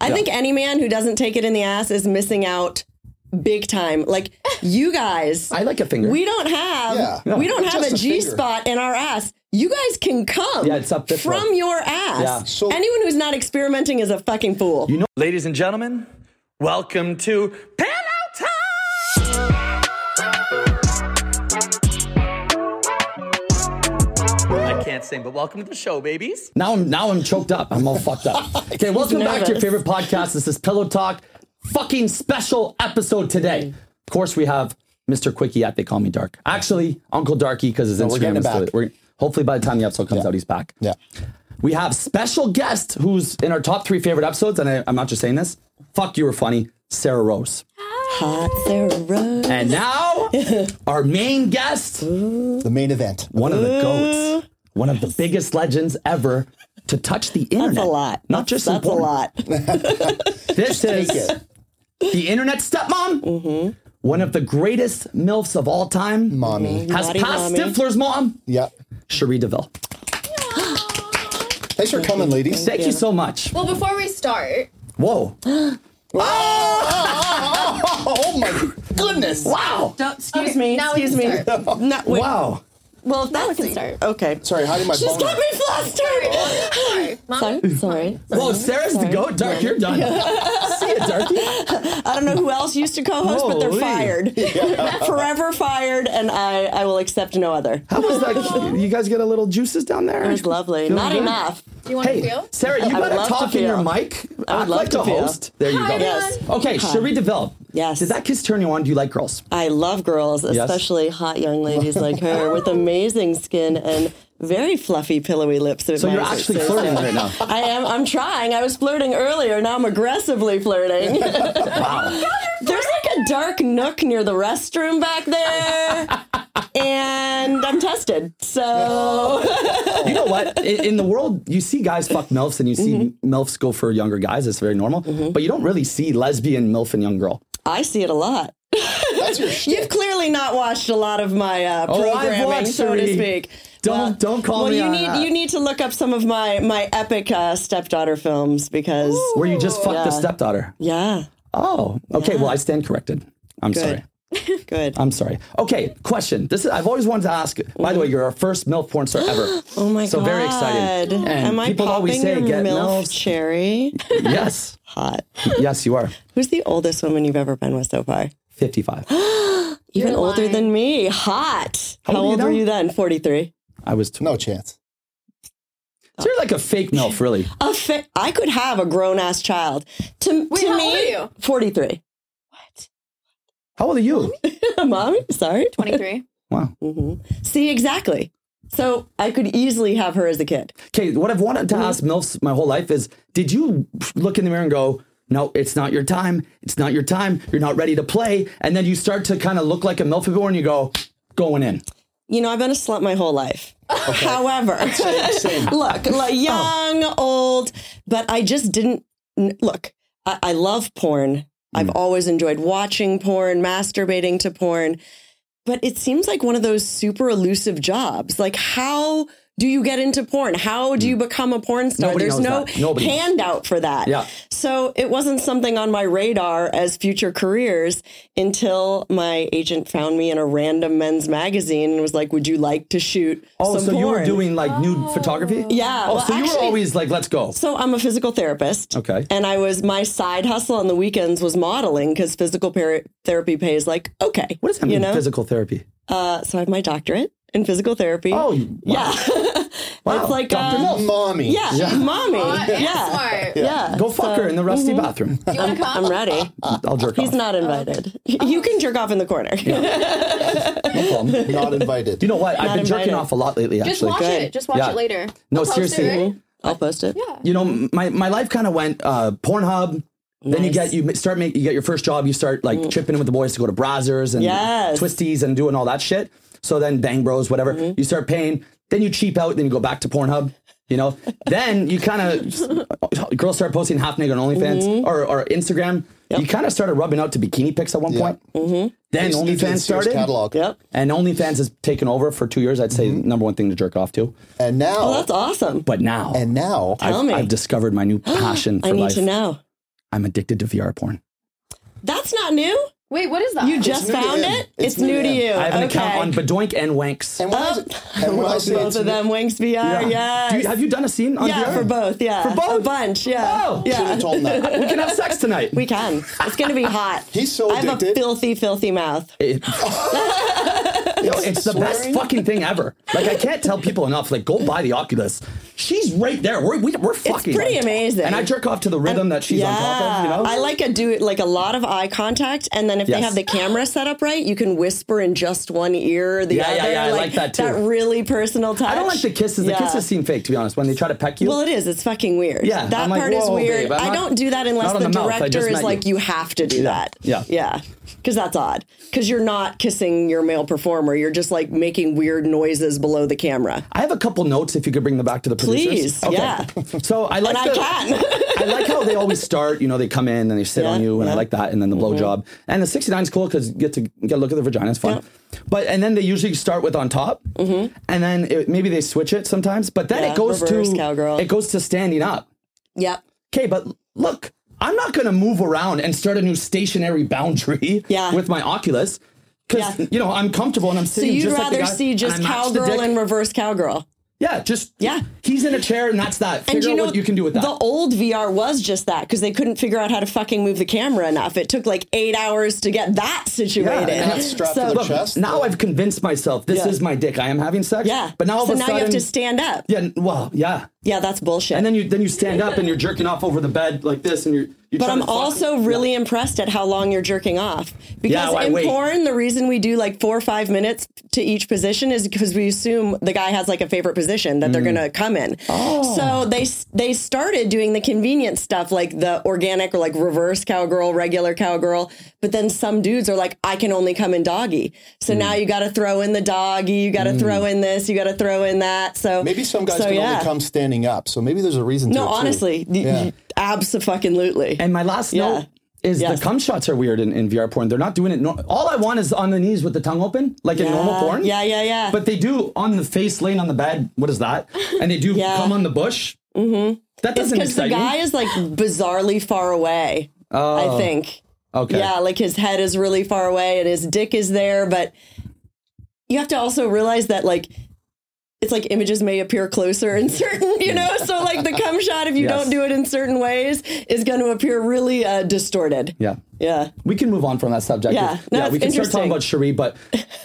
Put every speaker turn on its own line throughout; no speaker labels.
I
Yeah.
think any man who doesn't take it in the ass is missing out big time. Like you guys,
I like a finger.
we don't have
Yeah.
we don't
Just
have a
a
G
finger.
spot in our ass. You guys can come
Yeah, it's up this
from
way.
your ass.
Yeah.
So-
Anyone who's not experimenting is a fucking fool.
Ladies and gentlemen, welcome to Pillow Time! I can't sing, but welcome to the show, babies.
Now I'm now I'm choked up. I'm all fucked up. Okay, welcome back to your
nervous.
favorite podcast. This is Pillow Talk. Fucking special episode
Mm.
today. Of course, we have Mr. Quickie at They Call Me Dark. Actually, Uncle Darky because his
we're
Instagram
getting
is
him
still,
back.
we're, hopefully by the time the episode comes
Yeah.
out, he's back.
Yeah.
We have special guest who's in our top three favorite episodes, and I, I'm not just saying this. Fuck, you were funny, Sarah Rose.
Hot Sarah Rose.
And now our main guest,
The main event.
one of the goats, one of the biggest legends ever to touch the internet.
That's a lot.
Not just
that's
important.
a lot.
This is
it.
the internet stepmom, one of the greatest milfs of all time,
Mommy.
has
Naughty
passed
Mm-hmm. mommy.
Stifler's mom,
Yeah.
Cherie Deville.
Thanks for coming, ladies.
Thank you so much.
Well, before we start,
Whoa!
Oh my goodness.
Wow!
Don't, excuse
Okay,
me.
now we
excuse me.
can
No, wait.
Wow!
Well, if that's
we can start.
Okay.
Sorry, how did my
She's
boner-
got me flustered.
sorry, Mom,
Sorry. Sorry.
Whoa! Sarah's the goat. Dark, you're done. See ya, Darky.
I don't know who else used to co-host, but they're
Holy.
fired. Forever fired, and I, I will accept no other.
How was that? You guys get a little juices down there.
It was lovely.
Feeling
Not
good?
enough.
you want to
Hey,
feel?
Sarah, you
I would
gotta
love to
talk in your
feel.
mic.
I would
Act
love
like
to
the
feel.
host. There you
Hi,
go.
Yes.
everyone.
Okay, Cherie Deville.
Yes.
Did that kiss turn you on? Do you like girls?
I love girls, especially hot young ladies like her with amazing skin and very fluffy, pillowy lips.
So you're actually flirting right now.
I am. I'm trying. I was flirting earlier. Now I'm aggressively flirting. There's like a dark nook near the restroom back there, and I'm tested. So
you know what? In, in the world, you see guys fuck MILFs and you see
Mm-hmm.
MILFs go for younger guys. It's very normal. But you don't really see lesbian MILF and young girl.
I see it a lot.
That's your shit.
You've clearly not watched a lot of my uh,
Oh, I've
programming,
watched,
so to
Sheree.
speak.
Don't- don't call
well,
me
you
on
need
that.
you need to look up some of my my epic uh, stepdaughter films because
Where you just fucked the
Yeah.
stepdaughter.
yeah,
Oh, okay.
Yeah.
Well, I stand corrected. I'm
Good.
sorry. Um,
good.
I'm sorry. Okay, question. This is I've always wanted to ask. By the way, you're our first MILF porn star ever.
oh my
so
god!
very excited. And
Am I
people
popping
always say
your
get
milf
milfs.
cherry?
yes.
Hot.
Yes, you are.
Who's the oldest woman you've ever been with so far?
55.
Even
You're
older
lying.
than me. Hot.
How
How,
old are you
old
now?
were you then? Forty three.
I was 20.
No chance.
So you're like a fake MILF, really.
A fa- I could have a grown ass child. To,
Wait,
to
how
me,
old are you?
forty three.
How old are you?
Mommy, sorry.
23.
Wow.
See, exactly. So I could easily have her as a kid.
Okay, what I've wanted to
Mm-hmm.
ask MILFs my whole life is did you look in the mirror and go, no, it's not your time. It's not your time. You're not ready to play. And then you start to kind of look like a MILF before and you go, going in.
You know, I've been a slut my whole life. However, look,
Oh.
like young, old, but I just didn't n- look. I, I love porn.
Hmm.
I've always enjoyed watching porn, masturbating to porn, but it seems like one of those super elusive jobs. Like, how do you get into porn? How do you become a porn star?
Hmm. Nobody
There's
knows
no
that. Nobody knows.
handout for that.
Yeah.
So it wasn't something on my radar as future careers until my agent found me in a random men's magazine and was like, "Would you like to shoot?"
Oh,
some
so you were
porn?"
doing like nude photography?
Oh. Yeah,
Oh,
well,
so you were
actually-
always like, let's go.
So I'm a physical therapist.
Okay.
And I was my side hustle on the weekends was modeling because physical par- therapy pays like okay.
What does that
you
mean,
Know?
physical therapy?
Uh, so I have my doctorate in physical therapy.
Oh, you- wow.
yeah.
Wow.
It's like
Dr.
uh,
Milf.
Mommy.
yeah, mommy.
Hot and
yeah.
Oh, smart.
Yeah.
Go fuck her in the rusty bathroom.
You want to come?
I'm ready.
I'll jerk
uh, mm-hmm. He's
off.
not invited. You can jerk off in the corner.
No problem.
Not invited.
You know what? I've been jerking
invited.
off a lot lately,
Just
actually.
watch
Good.
it. Just watch
Yeah.
it later.
No,
I'll post it,
seriously.
right?
I'll post it. Yeah.
you know, my, my life kind of went uh, Pornhub. Then you get you start make you get your first job. You start like chipping in with the boys to go to Brazzers and
Mm. Yes. Mm-hmm.
twisties and doing all that shit. So then Bang Bros, whatever. You start paying. Then you cheap out. Then you go back to Pornhub. You know. then you kind of girls start posting half naked on OnlyFans
Mm-hmm.
or, or Instagram. You kind of started rubbing out to bikini pics at one
Yeah.
point. Then
Just do the
OnlyFans
Sears
started.
catalog.
Mm-hmm.
Mm-hmm.
Yep.
And OnlyFans has taken over for two years. I'd say number one thing to jerk off to.
And now,
Well, that's awesome.
But now,
and now,
Tell
I've,
me.
I've discovered my new passion for
I need
life.
to know.
I'm addicted to VR porn.
That's not new.
Wait, what is that?
You just
new to
found
him.
it. It's,
It's new
new
to
to
him.
you.
I have an
okay. Uh,
account on Bedoink and Wanks.
And when I, and when I
Um, Love
say
both
it's
of them, Winks VR.
Do
Yes.
you, have you done a scene on
yeah,
VR?
for both. Yeah,
For both?
a bunch. Yeah,
Oh.
yeah.
should've told him that.
We can have sex tonight.
We can. It's gonna be hot.
He's so
I have a
addicted.
filthy, filthy mouth.
It- Yo, it's the best fucking thing ever. Like I can't tell people enough. Like go buy the Oculus. She's right there. We're we, we're fucking.
pretty amazing.
And I jerk off to the rhythm that she's on top of. You know.
I like a do like a lot of eye contact, and then if they
Yes.
have the camera set up right, you can whisper in just one ear. or The
Yeah,
other,
yeah, yeah, I like that too.
That really personal touch.
I don't like the kisses. The
Yeah.
kisses seem fake, to be honest. When they try to peck you,
Well, it is. It's fucking weird.
Yeah,
that
I'm like,
part is
"Whoa,
weird.
babe, I'm
I
not-
don't do that unless
not on
the,
the mouth, I
director
just
is
met
like,
you.
you have to do that.
yeah.
yeah, because that's odd. Because you're not kissing your male performer. You're just like making weird noises below the camera.
I have a couple notes. If you could bring them back to the producers,
Please, yeah.
So I like.
And I
the-
can.
I like how they always start. You know, they come in and they sit
Yeah,
on you, and
yeah.
I
Mm-hmm.
like that. And then the blowjob and the sixty nine is cool because you get to get a look at the vagina. It's fun. But and then they usually start with on top, and then it, maybe they switch it sometimes. But then
Mm-hmm. Yeah,
it goes
reverse
to
cowgirl.
it goes to standing up.
Yep.
Okay, but look, I'm not gonna move around and start a new stationary boundary
Yeah.
with my Oculus. Because
Yeah.
you know I'm comfortable and I'm
So
sitting.
you'd
just like the
rather
guy,
see just
and I match the
cowgirl
dick.
and reverse cowgirl.
Yeah, just
Yeah.
He's in a chair and that's that. Figure out what you can do with that.
The old VR was just that because they couldn't figure out how to fucking move the camera enough. It took like eight hours to get that situated.
Yeah, and
that's strapped to the
so,
chest. Yes.
now I've convinced myself this
Yeah.
is my dick. I am having sex.
yeah.
But now all
so
of a
now
sudden,
you have to stand up.
yeah. n- Well, yeah.
Yeah, that's bullshit.
And then you then you stand up and you're jerking off over the bed like this, and you're. you're
but
trying
I'm
to fuck-
also really impressed at how long you're jerking off. Because
why
in
wait?
porn, the reason we do like four or five minutes to each position is because we assume the guy has like a favorite position that they're
Mm.
going to come in.
Oh.
So they s- they started doing the convenient stuff like the organic or like reverse cowgirl, regular cowgirl. But then some dudes are like, I can only come in doggy. So now
Mm.
you got to throw in the doggy. You got to throw in this. You got to throw in that. So
Maybe some guys
so,
can
yeah.
only come standing up. So maybe there's a reason.
No,
to it, too.
honestly,
Yeah.
absolutely.
And my last
Yeah.
note is
Yes.
the cum shots are weird in, in VR porn. They're not doing it. nor All I want is on the knees with the tongue open, like in normal
Yeah.
porn.
Uh, Yeah, yeah, yeah.
But they do on the face, laying on the bed. What is that? And they do
Yeah.
cum on the bush. Mm-hmm. That
It's
doesn't
because the
excite
guy
me.
is like bizarrely far away. I think.
Oh. Okay.
Yeah, like his head is really far away and his dick is there, but you have to also realize that like it's like images may appear closer in certain, you know, so like the cum shot if you
Yes.
don't do it in certain ways is going to appear really uh, distorted.
Yeah.
Yeah.
We can move on from that subject.
Yeah. No, it's
we can start
interesting.
talking about Cherie, but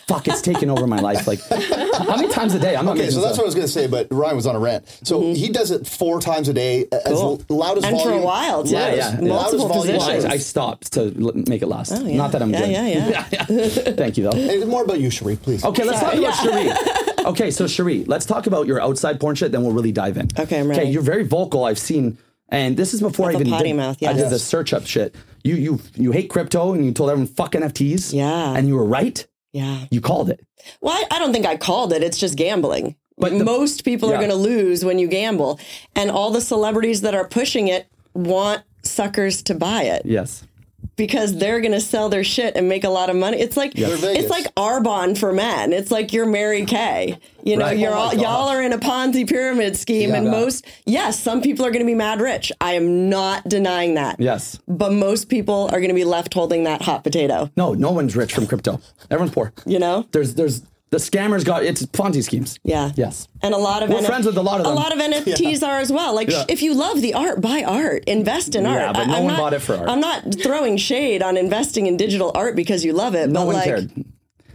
fuck, it's taking over my life. Like, how many times a day? I'm not
Okay,
making
so that's
stuff.
what I was going to say, but Ryan was on a rant. So he does it four times a day, a- as
Mm-hmm. Cool.
l- loud as
And for
volume.
a while, too.
Yeah, yeah, yeah.
Loudest
Multiple
volume.
positions.
I, I stopped to l- make it last.
Oh, yeah.
Not that I'm
Yeah,
good.
yeah, yeah.
yeah. Thank you, though.
Hey, more about you, Sheree, please.
Okay, let's
Sorry.
talk about Cherie. Okay, so Cherie, let's talk about your outside porn shit, then we'll really dive in.
Okay, I'm ready.
Okay, you're very vocal. I've seen, and this is before
With
I
a
even
potty
did,
mouth,
I did
yes.
the search up shit. You you you hate crypto, and you told everyone fuck NFTs.
Yeah.
and you were right.
Yeah.
You called it.
Well, I, I don't think I called it. It's just gambling.
But
But
the-
most people
Yeah.
are going to lose when you gamble, and all the celebrities that are pushing it want suckers to buy it
Yes. Mm.
because they're going to sell their shit and make a lot of money. It's like
They're Vegas.
it's like Arbonne for men. It's like you're Mary Kay. You know,
Right.
you're
Oh my
all
gosh.
y'all are in a Ponzi pyramid scheme, and
Yeah.
most yes, some people are going to be mad rich. I am not denying that.
Yes.
But most people are going to be left holding that hot potato.
No, no one's rich from crypto. Everyone's poor.
You know?
There's there's the scammers got it's Ponzi schemes.
Yeah.
Yes.
And a lot of
We're friends with a lot of them.
A lot of NFTs are as well. Like
Yeah.
if you love the art, buy art, invest in art.
Yeah, but no
I'm
one
not-
bought it for art.
I'm not throwing shade on investing in digital art because you love it.
No
but
one
like,
cared.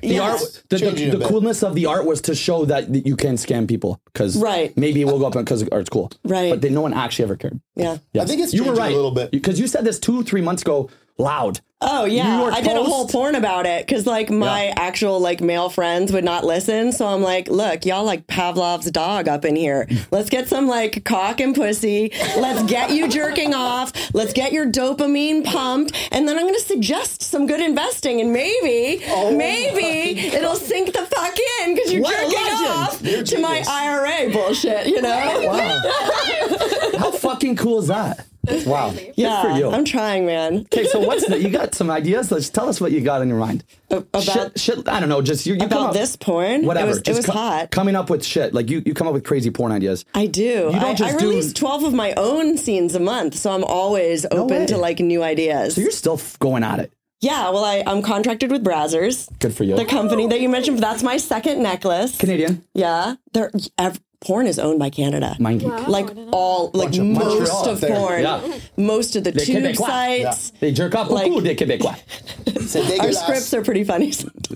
The
Yes.
art, the,
Changing
the,
a
the
bit.
coolness of the art was to show that, that you can scam people because
Right.
maybe we'll go up because art's cool.
Right.
But they, no one actually ever cared.
Yeah.
Yes.
I think it's
you were
changing a
right
little bit.
because you said this two three months ago loud.
Oh yeah,
New York
I did a
Post.
whole porn about it because like my
Yeah.
actual like male friends would not listen, so I'm like, look, y'all like Pavlov's dog up in here. Let's get some like cock and pussy. Let's get you jerking off. Let's get your dopamine pumped, and then I'm gonna suggest some good investing, and maybe, maybe it'll sink the fuck in because you're
Oh What a
jerking
legend.
off
You're
to my
genius.
IRA bullshit. You know?
How fucking cool is that? Wow. Good
Yeah,
for you.
I'm trying, man.
okay, so what's the, you got some ideas? Let's tell us what you got in your mind.
about-
shit, shit, I don't know. Just you, you come
About
up-
this porn? It
Whatever.
was- it
just
was
co-
hot.
Coming up with shit like you, you come up with crazy porn ideas.
I do.
You don't
I,
just
I
do-
release 12 of my own scenes a month, so I'm always open
way.
to like new ideas.
So you're still f- going at it.
yeah, well, I, I'm contracted with Brazzers,
Good for you.
the company that you mentioned. That's my second necklace.
Canadian.
yeah. They're, ev- porn is owned by Canada.
Mind geek.
like all, like
of
most
Montreal
of
there.
porn,
Yeah.
most of the
Les
tube
Québécois.
sites.
They jerk off.
Like-
Ooh, des Québécois.
C'est
Our
dégueulasse.
scripts are pretty funny sometimes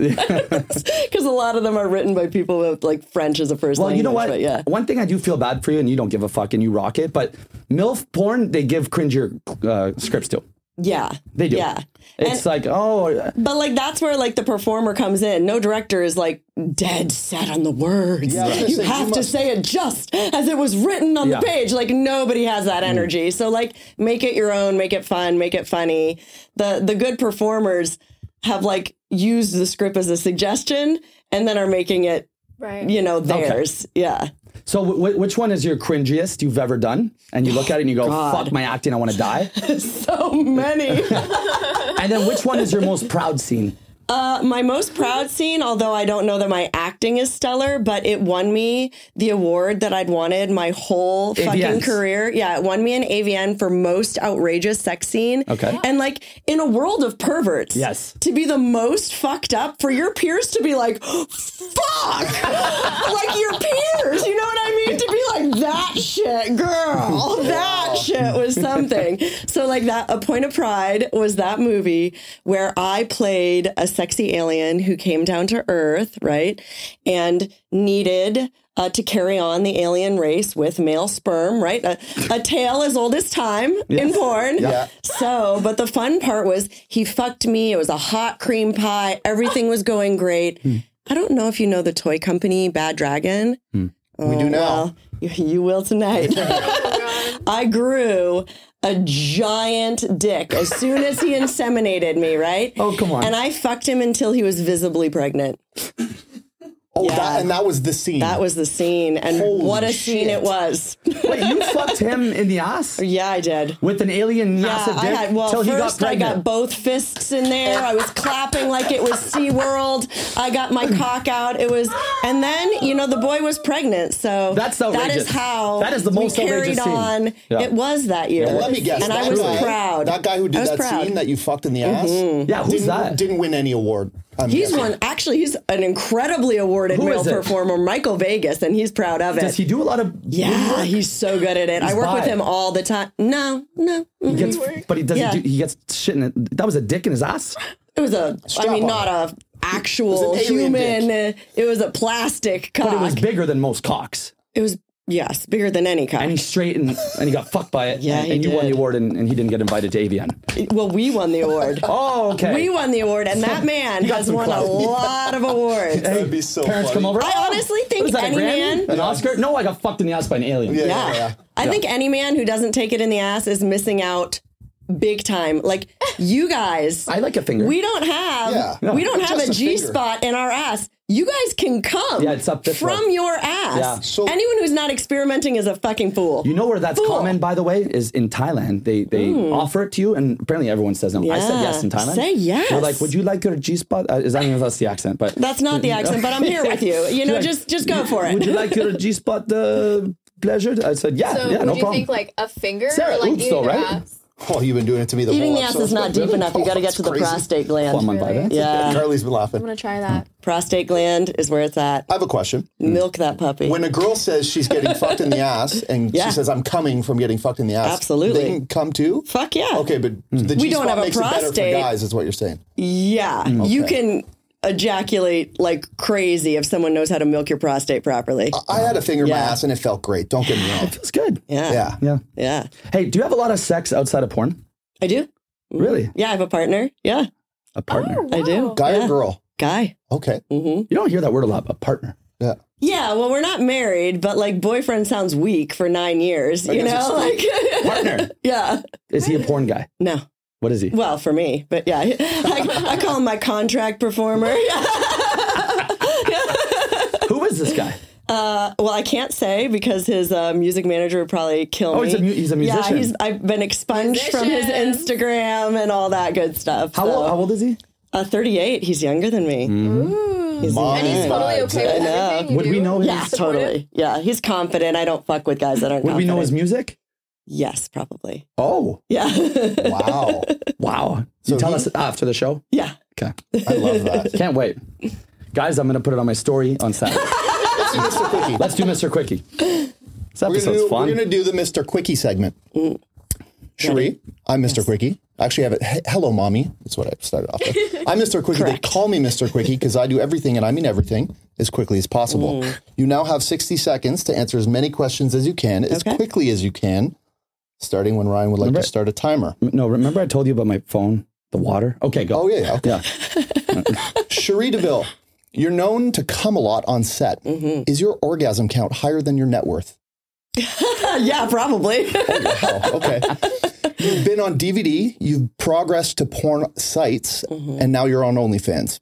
because a lot of them are written by people with like French as a first
Well,
language.
you know what?
But yeah.
One thing I do feel bad for you, and you don't give a fuck, and you rock it. But milf porn, they give cringier uh, scripts to.
Yeah.
They do.
Yeah.
It's
And-
like, oh,
But like that's where like the performer comes in. No director is like dead set on the words.
Yeah, I was gonna
you
say, you
have to
must-
say it just as it was written on
Yeah.
the page. Like nobody has that energy. So like make it your own, make it fun, make it funny. The the good performers have like used the script as a suggestion and then are making it,
Right.
you know, theirs. Yeah.
So, w- w- which one is your cringiest you've ever done? And you look at it and you go, "Fuck my acting, I want to die."
So
Oh,
many.
and then, which one is your most proud scene?
my most proud scene, although I don't know that my acting is stellar, but it won me the award that I'd wanted my whole fucking
AVNs.
career. Yeah, it won me an AVN for most outrageous sex scene.
Okay.
And like in a world of perverts,
Yes.
to be the most fucked up for your peers to be like, fuck, like your peers, you know what I mean? To be like that shit, girl, that shit was something. So like that, a point of pride was that movie where I played a sexy alien who came down to Earth, right, and needed. Uh, to carry on the alien race with male sperm, right? A, a tale as old as time in porn.
Yeah.
So, but the fun part was he fucked me. It was a hot cream pie. Everything was going great.
Hmm.
I don't know if you know the toy company Bad Dragon.
Hmm.
Oh,
We do now. Oh,
Well, you, you will tonight. I grew a giant dick as soon as he inseminated me, right?
Oh, come on.
And I fucked him until he was visibly pregnant.
oh,
Yeah.
that, and that was the scene.
That was the scene. And
Holy
what a scene
shit.
it was.
Wait, you fucked him in the ass
yeah, I did.
with an alien
Yeah,
massive
I
dick
had, well,
till
first
he got
I
pregnant.
got both fists in there. I was clapping like it was SeaWorld. I got my cock out. It was, and then, you know, the boy was pregnant. So
That's
That
outrageous.
is how
That is the most
we carried
outrageous scene.
on.
Yeah.
It was that year.
Let me guess.
And
that
I was
guy,
proud.
That guy who
I
did
was
that
proud. Mm-hmm.
scene that you fucked in the ass.
yeah, who's
didn't,
that?
Didn't win any award. I'm
He's
guessing.
one, actually, he's an incredibly awarded
Who
male
is it?
performer, Michael Vegas, and he's proud of it.
Does he do a lot of?
yeah, Ah, he's so good at it. I work with
bi.
him all the time. No, no. mm.
He gets, but he doesn't.
Yeah.
Do, he gets shit in it. That was a dick in his ass.
It was a, I
Strap
mean,
on.
not a actual
It was an alien
human. uh, It was a plastic cock.
But it was bigger than most cocks.
yes, bigger than any cock.
And he straight and, and he got fucked by it.
Yeah,
and,
he
and you won the
did.
award, and, and he didn't get invited to AVN.
well, we won the award.
Oh, okay.
We won the award, and that man
got
has
some
won
clout.
a lot of awards.
That'd be so
Parents
funny.
come over.
I honestly think
Was that
any
a Grammy?
man-
an Oscar? No, I got fucked in the ass by an alien.
Yeah,
Yeah.
yeah, yeah.
I think any man who doesn't take it in the ass is missing out big time. Like you guys,
I like a finger.
we don't have
Yeah. No.
we don't
Just
have a
a
G
finger.
spot in our ass. You guys can come
Yeah, it's up this
from
way.
your ass.
Yeah.
So-
Anyone who's not experimenting is a fucking fool.
you know where that's
Fool. Hmm.
common, by the way, is in Thailand. They they offer it to you, and apparently everyone says no. I said
Yeah.
yes in Thailand.
Say yes.
They're like, would you like your G spot? Uh, is I don't know if that's the accent, but
That's not the accent, but I'm here with you. You know,
Like,
just just go for it.
Would you like your G spot uh, pleasured? I said, yeah,
So
yeah,
would
no
you
problem.
think like a finger
Sarah,
or like
oops,
eating
though,
your
right?
ass?
Oh, you've been doing it to me the
Eating
whole
the ass is not deep enough.
Oh,
You got to get to the prostate
Well, I'm
gland.
invited.
Yeah.
Carly's been
I'm
laughing.
gonna try that.
Prostate gland is where it's at.
I have a question.
Milk that puppy.
Mm. When a girl says she's getting fucked in the ass and
Yeah.
she says, I'm coming from getting fucked in the ass,
Absolutely.
they can come too?
Fuck yeah.
Okay, but the G
We don't have a
makes it better for
prostate.
guys, is what you're saying.
Yeah.
Mm,
You can ejaculate like crazy if someone knows how to milk your prostate properly.
I had a finger in
Yeah.
my ass and it felt great. Don't get me wrong.
It's good.
Yeah.
Yeah.
Yeah.
Yeah.
Hey, do you have a lot of sex outside of porn?
I do.
Really?
Yeah, I have a partner. Yeah.
A partner?
I do.
Guy
Yeah. Mm.
or girl?
Guy.
Okay.
You don't hear that word a lot. A partner.
Yeah.
Yeah, well, we're not married, but like boyfriend sounds weak for nine years, you
guess
know? Like,
Partner.
yeah.
is he a porn guy?
No.
What is he?
Well, for me, but yeah, I, I call him my contract performer.
Who is this guy?
Uh, well, I can't say because his uh, music manager would probably kill
Oh,
me.
he's a mu- he's a
Yeah,
musician.
he's, I've been expunged from his
Musician.
Instagram and all that good stuff.
How,
so-
old, how Mm-hmm. old is he?
Uh, 38. He's younger than me.
And he's totally
Vibes,
okay
eh?
with everything you
Would
do.
we know his?
Yeah, totally. Yeah, he's confident. I don't fuck with guys that aren't
Would we
confident.
know his music?
Yes, probably.
Oh,
Yeah.
Wow.
wow! you
So
tell
he-
us after the show.
yeah.
Okay,
I love that.
can't wait, guys. I'm gonna put it on my story on Saturday.
Let's do Mr. Quickie.
Let's do Mr. Quickie. This
we're,
episode's
gonna do,
fun.
we're gonna do the Mr. Quickie segment.
Mm.
Cherie, I'm Mr. Quickie. I actually have it. he- Hello, mommy. That's what I started off with. I'm Mr. Quickie. They call me Mr. Quickie because I do everything and I mean everything as quickly as possible.
Mm.
You now have 60 seconds to answer as many questions as you can, as
Okay.
quickly as you can, starting when Ryan would like
Remember-
to start a timer.
no, remember I told you about my phone, the water. Okay, go.
Oh, yeah. yeah, Okay.
yeah.
Cherie DeVille, you're known to come a lot on set. Is your orgasm count higher than your net worth?
yeah, probably.
Oh, okay. You've been on DVD, you've progressed to porn sites, and now you're on OnlyFans.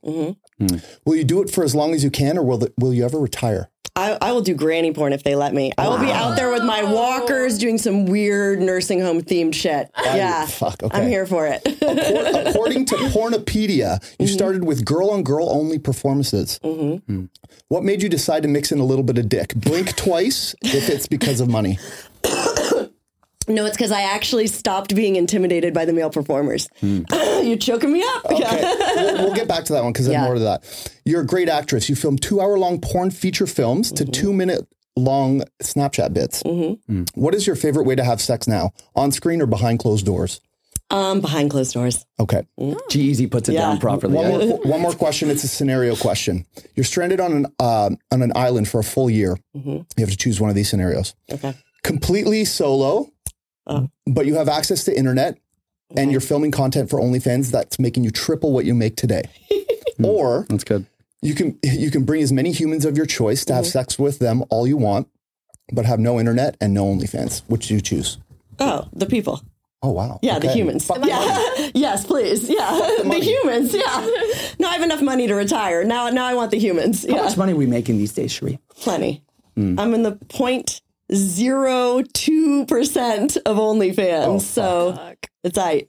Will you do it for as long as you can, or will, the, will you ever retire?
I, I will do granny porn if they let me. I will be out there with my walkers doing some weird nursing home themed shit. yeah.
fuck, okay.
I'm here for it.
Por- According to Pornopedia, you started with girl on girl only performances. What made you decide to mix in a little bit of dick? Blink twice if it's because of money.
no, it's because I actually stopped being intimidated by the male performers. You're choking me up.
Hmm. Okay. we'll, we'll get back to that one because
Yeah.
I'm more to that. You're a great actress. You filmed two hour long porn feature films to
Mm-hmm.
two minute long Snapchat bits. What is your favorite way to have sex now? On screen or behind closed doors?
Um, behind closed doors.
Okay.
G-Eazy puts it
Mm-hmm. Yeah.
down properly.
One
Yeah.
more, one more question. It's a scenario question. You're stranded on an um on an island for a full year. You have to choose one of these scenarios.
Mm-hmm. Okay.
Completely solo,
Oh. Mm-hmm.
but you have access to internet, and you're filming content for OnlyFans that's making you triple what you make today. or
That's good.
you can you can bring as many humans of your choice to have
Mm-hmm.
sex with them all you want, but have no internet and no OnlyFans. Which do you choose?
Oh, the people.
Oh wow!
Yeah, the
Okay.
humans.
Fuck
yeah. yes, please. Yeah. The,
money.
humans. Yeah. No, I have enough money to retire. Now now I want the humans.
How
yeah.
much money are we making these days, Sheree?
Plenty. I'm in the point zero two percent of OnlyFans.
Oh,
so it's I.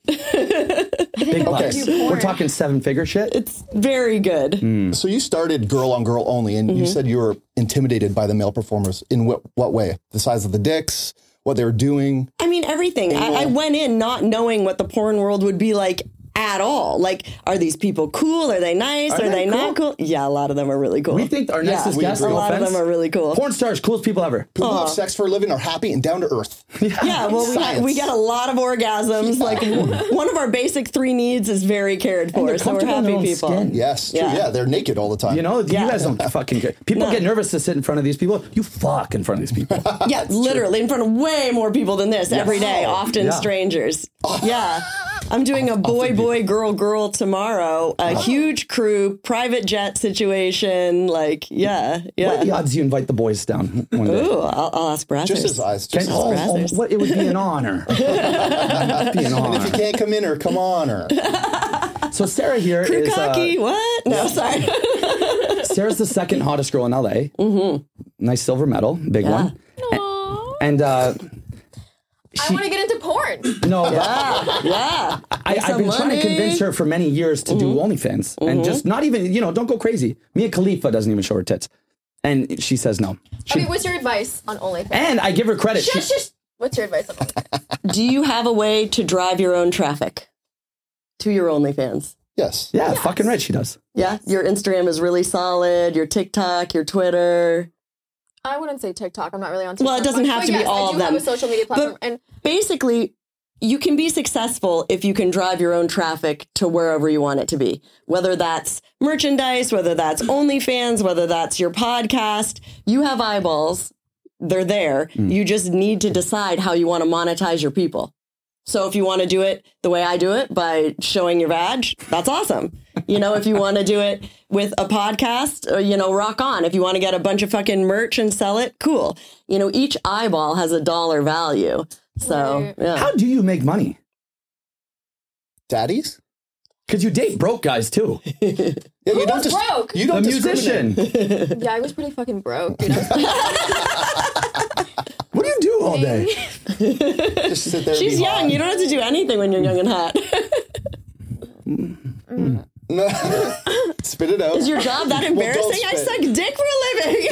Big bucks.
do
We're talking seven figure shit.
It's very good.
Mm.
So you started girl on girl only, and
Mm-hmm.
you said you were intimidated by the male performers. In what what way? The size of the dicks, what they were doing.
I mean, everything. I, I went in not knowing what the porn world would be like at all. Like, are these people cool? Are they nice? Are,
they
they, not cool? Yeah, a lot of them are really cool.
We think our
Yeah.
nicest guest.
A
no
lot
offense,
of them are really cool.
Porn stars, coolest people ever.
People who have sex for a living are happy and down to earth.
yeah, well, we, got,
Science.
we get a lot of orgasms. Like, w- one of our basic three needs is very cared for.
they're
So we're
comfortable in
happy
their own
people.
skin.
Yes, true. Yeah.
Yeah.
they're naked all the time.
You know,
Yeah.
you guys don't fucking care. People get nervous to sit in front of these people. You fuck in front of these people.
Yeah, literally in front of way more people than this every day, often
Yeah.
strangers. Yeah. I'm doing a boy, boy, girl, girl tomorrow. A huge crew, private jet situation. Like, yeah,
What are the
yeah.
odds you invite the boys down one day?
Ooh, I'll, I'll ask Brathers.
just his eyes.
Can-
Just his
oh,
eyes.
oh, what it would be an honor. be an
If you
honor.
can't come in or come on or
So Sarah here is
Crew
uh,
cocky, what? No, sorry.
Sarah's the second hottest girl in LA. Mm-hmm. Nice silver medal, big one.
Aw.
And uh,
I want to get into porn.
no,
yeah.
I, I've been trying to convince her for many years to do
Mm-hmm.
OnlyFans and just not even, you know, don't go crazy. Mia Khalifa doesn't even show her tits, and she says no. She,
okay, what's your advice on OnlyFans?
and I give her credit. She,
Shush, shush. What's your advice on OnlyFans?
Do you have a way to drive your own traffic to your OnlyFans?
yes.
yeah, fucking right, she does.
Yeah. Your Instagram is really solid, your TikTok, your Twitter.
I wouldn't say TikTok. I'm not really on TikTok.
Well, it doesn't
much,
have
but
to be
yes,
all
I
of
do have
them.
a social media
But-
platform. and
basically you can be successful if you can drive your own traffic to wherever you want it to be whether that's merchandise whether that's onlyfans whether that's your podcast you have eyeballs they're there you just need to decide how you want to monetize your people so if you want to do it the way i do it by showing your badge that's awesome you know if you want to do it with a podcast uh, you know rock on if you want to get a bunch of fucking merch and sell it cool you know each eyeball has a dollar value so
Right.
yeah
How do you make money?
Daddies?
Because you date broke guys too.
Yeah, you don't
was broke?
You
The
don't discriminate.
musician.
Yeah, I was pretty fucking broke. Dude. I was
what do you do all day?
fucking-
Just sit there. and
She's
be
young.
hot.
You don't have to do anything when you're young and hot.
Spit it out.
Is your job that
Well, don't
embarrassing? I
spit.
suck dick for a living.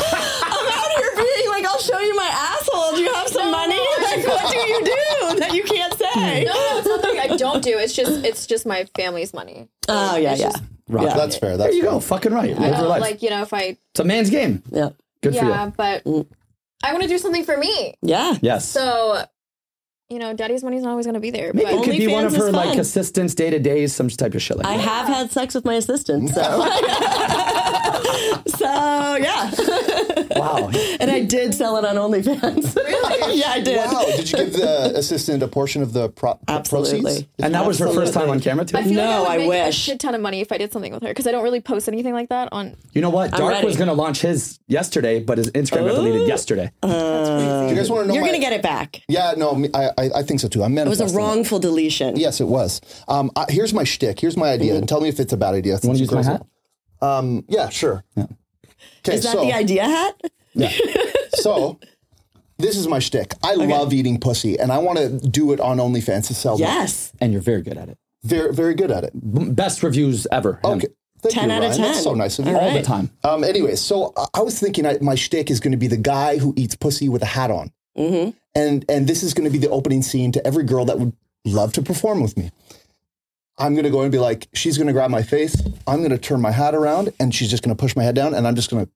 I'm out here being like, I'll show you my asshole. Do you have some money? Like, what do you do that you can't say?
No, no, it's not something I don't do. It's just it's just my family's money.
Oh yeah,
It's
yeah,
just-
Rock.
Yeah.
That's fair. That's
there you
fair.
go. Fucking right. Live
I
your
don't,
life.
like you know if I
it's a man's game.
yeah,
Good
yeah,
for you. Mm.
but I want to do something for me.
yeah.
Yes.
So you know, daddy's money's not always gonna be there.
Maybe
but
it could be
OnlyFans
one of
is
her like
fun.
assistants, day to days, some type of shit like
I
that.
have had sex with my assistant, so so yeah,
Wow.
and I did sell it on OnlyFans. Really? yeah, I did.
Wow. Did you give the assistant a portion of the pro-
Absolutely.
proceeds?
And that was her first time on camera too.
I feel
No,
like I,
I
would make
wish.
a shit ton of money if I did something with her because I don't really post anything like that on.
You know what? Dark
ready. Oh.
was gonna launch his yesterday, but his Instagram got deleted yesterday.
Do you guys want to know?
You're
Oh my-
gonna get it back. It
Yeah. No. me- I, I I think so too. I'm
was a wrongful deletion.
Yes, it was. Um, I, here's my shtick. Here's my idea, and tell me if it's a bad idea.
Want
since
to
you
use my
girls
hat?
are- Um, yeah, sure. Okay,
Is that
so
the idea hat?
so this is my shtick. I love eating pussy, and I want to do it on OnlyFans to sell. them.
Yes.
And you're very good at it.
very very good at it.
M- Best reviews ever.
Okay, Thank
10
you,
out of
Ryan. That's
10.
so nice of you.
All
All the time.
Um, anyway, so I- I was thinking I, my shtick is going to be the guy who eats pussy with a hat on,
Mm-hmm.
and and this is going to be the opening scene to every girl that would love to perform with me. I'm going to go and be like, she's going to grab my face. I'm going to turn my hat around, and she's just going to push my head down, and I'm just going to.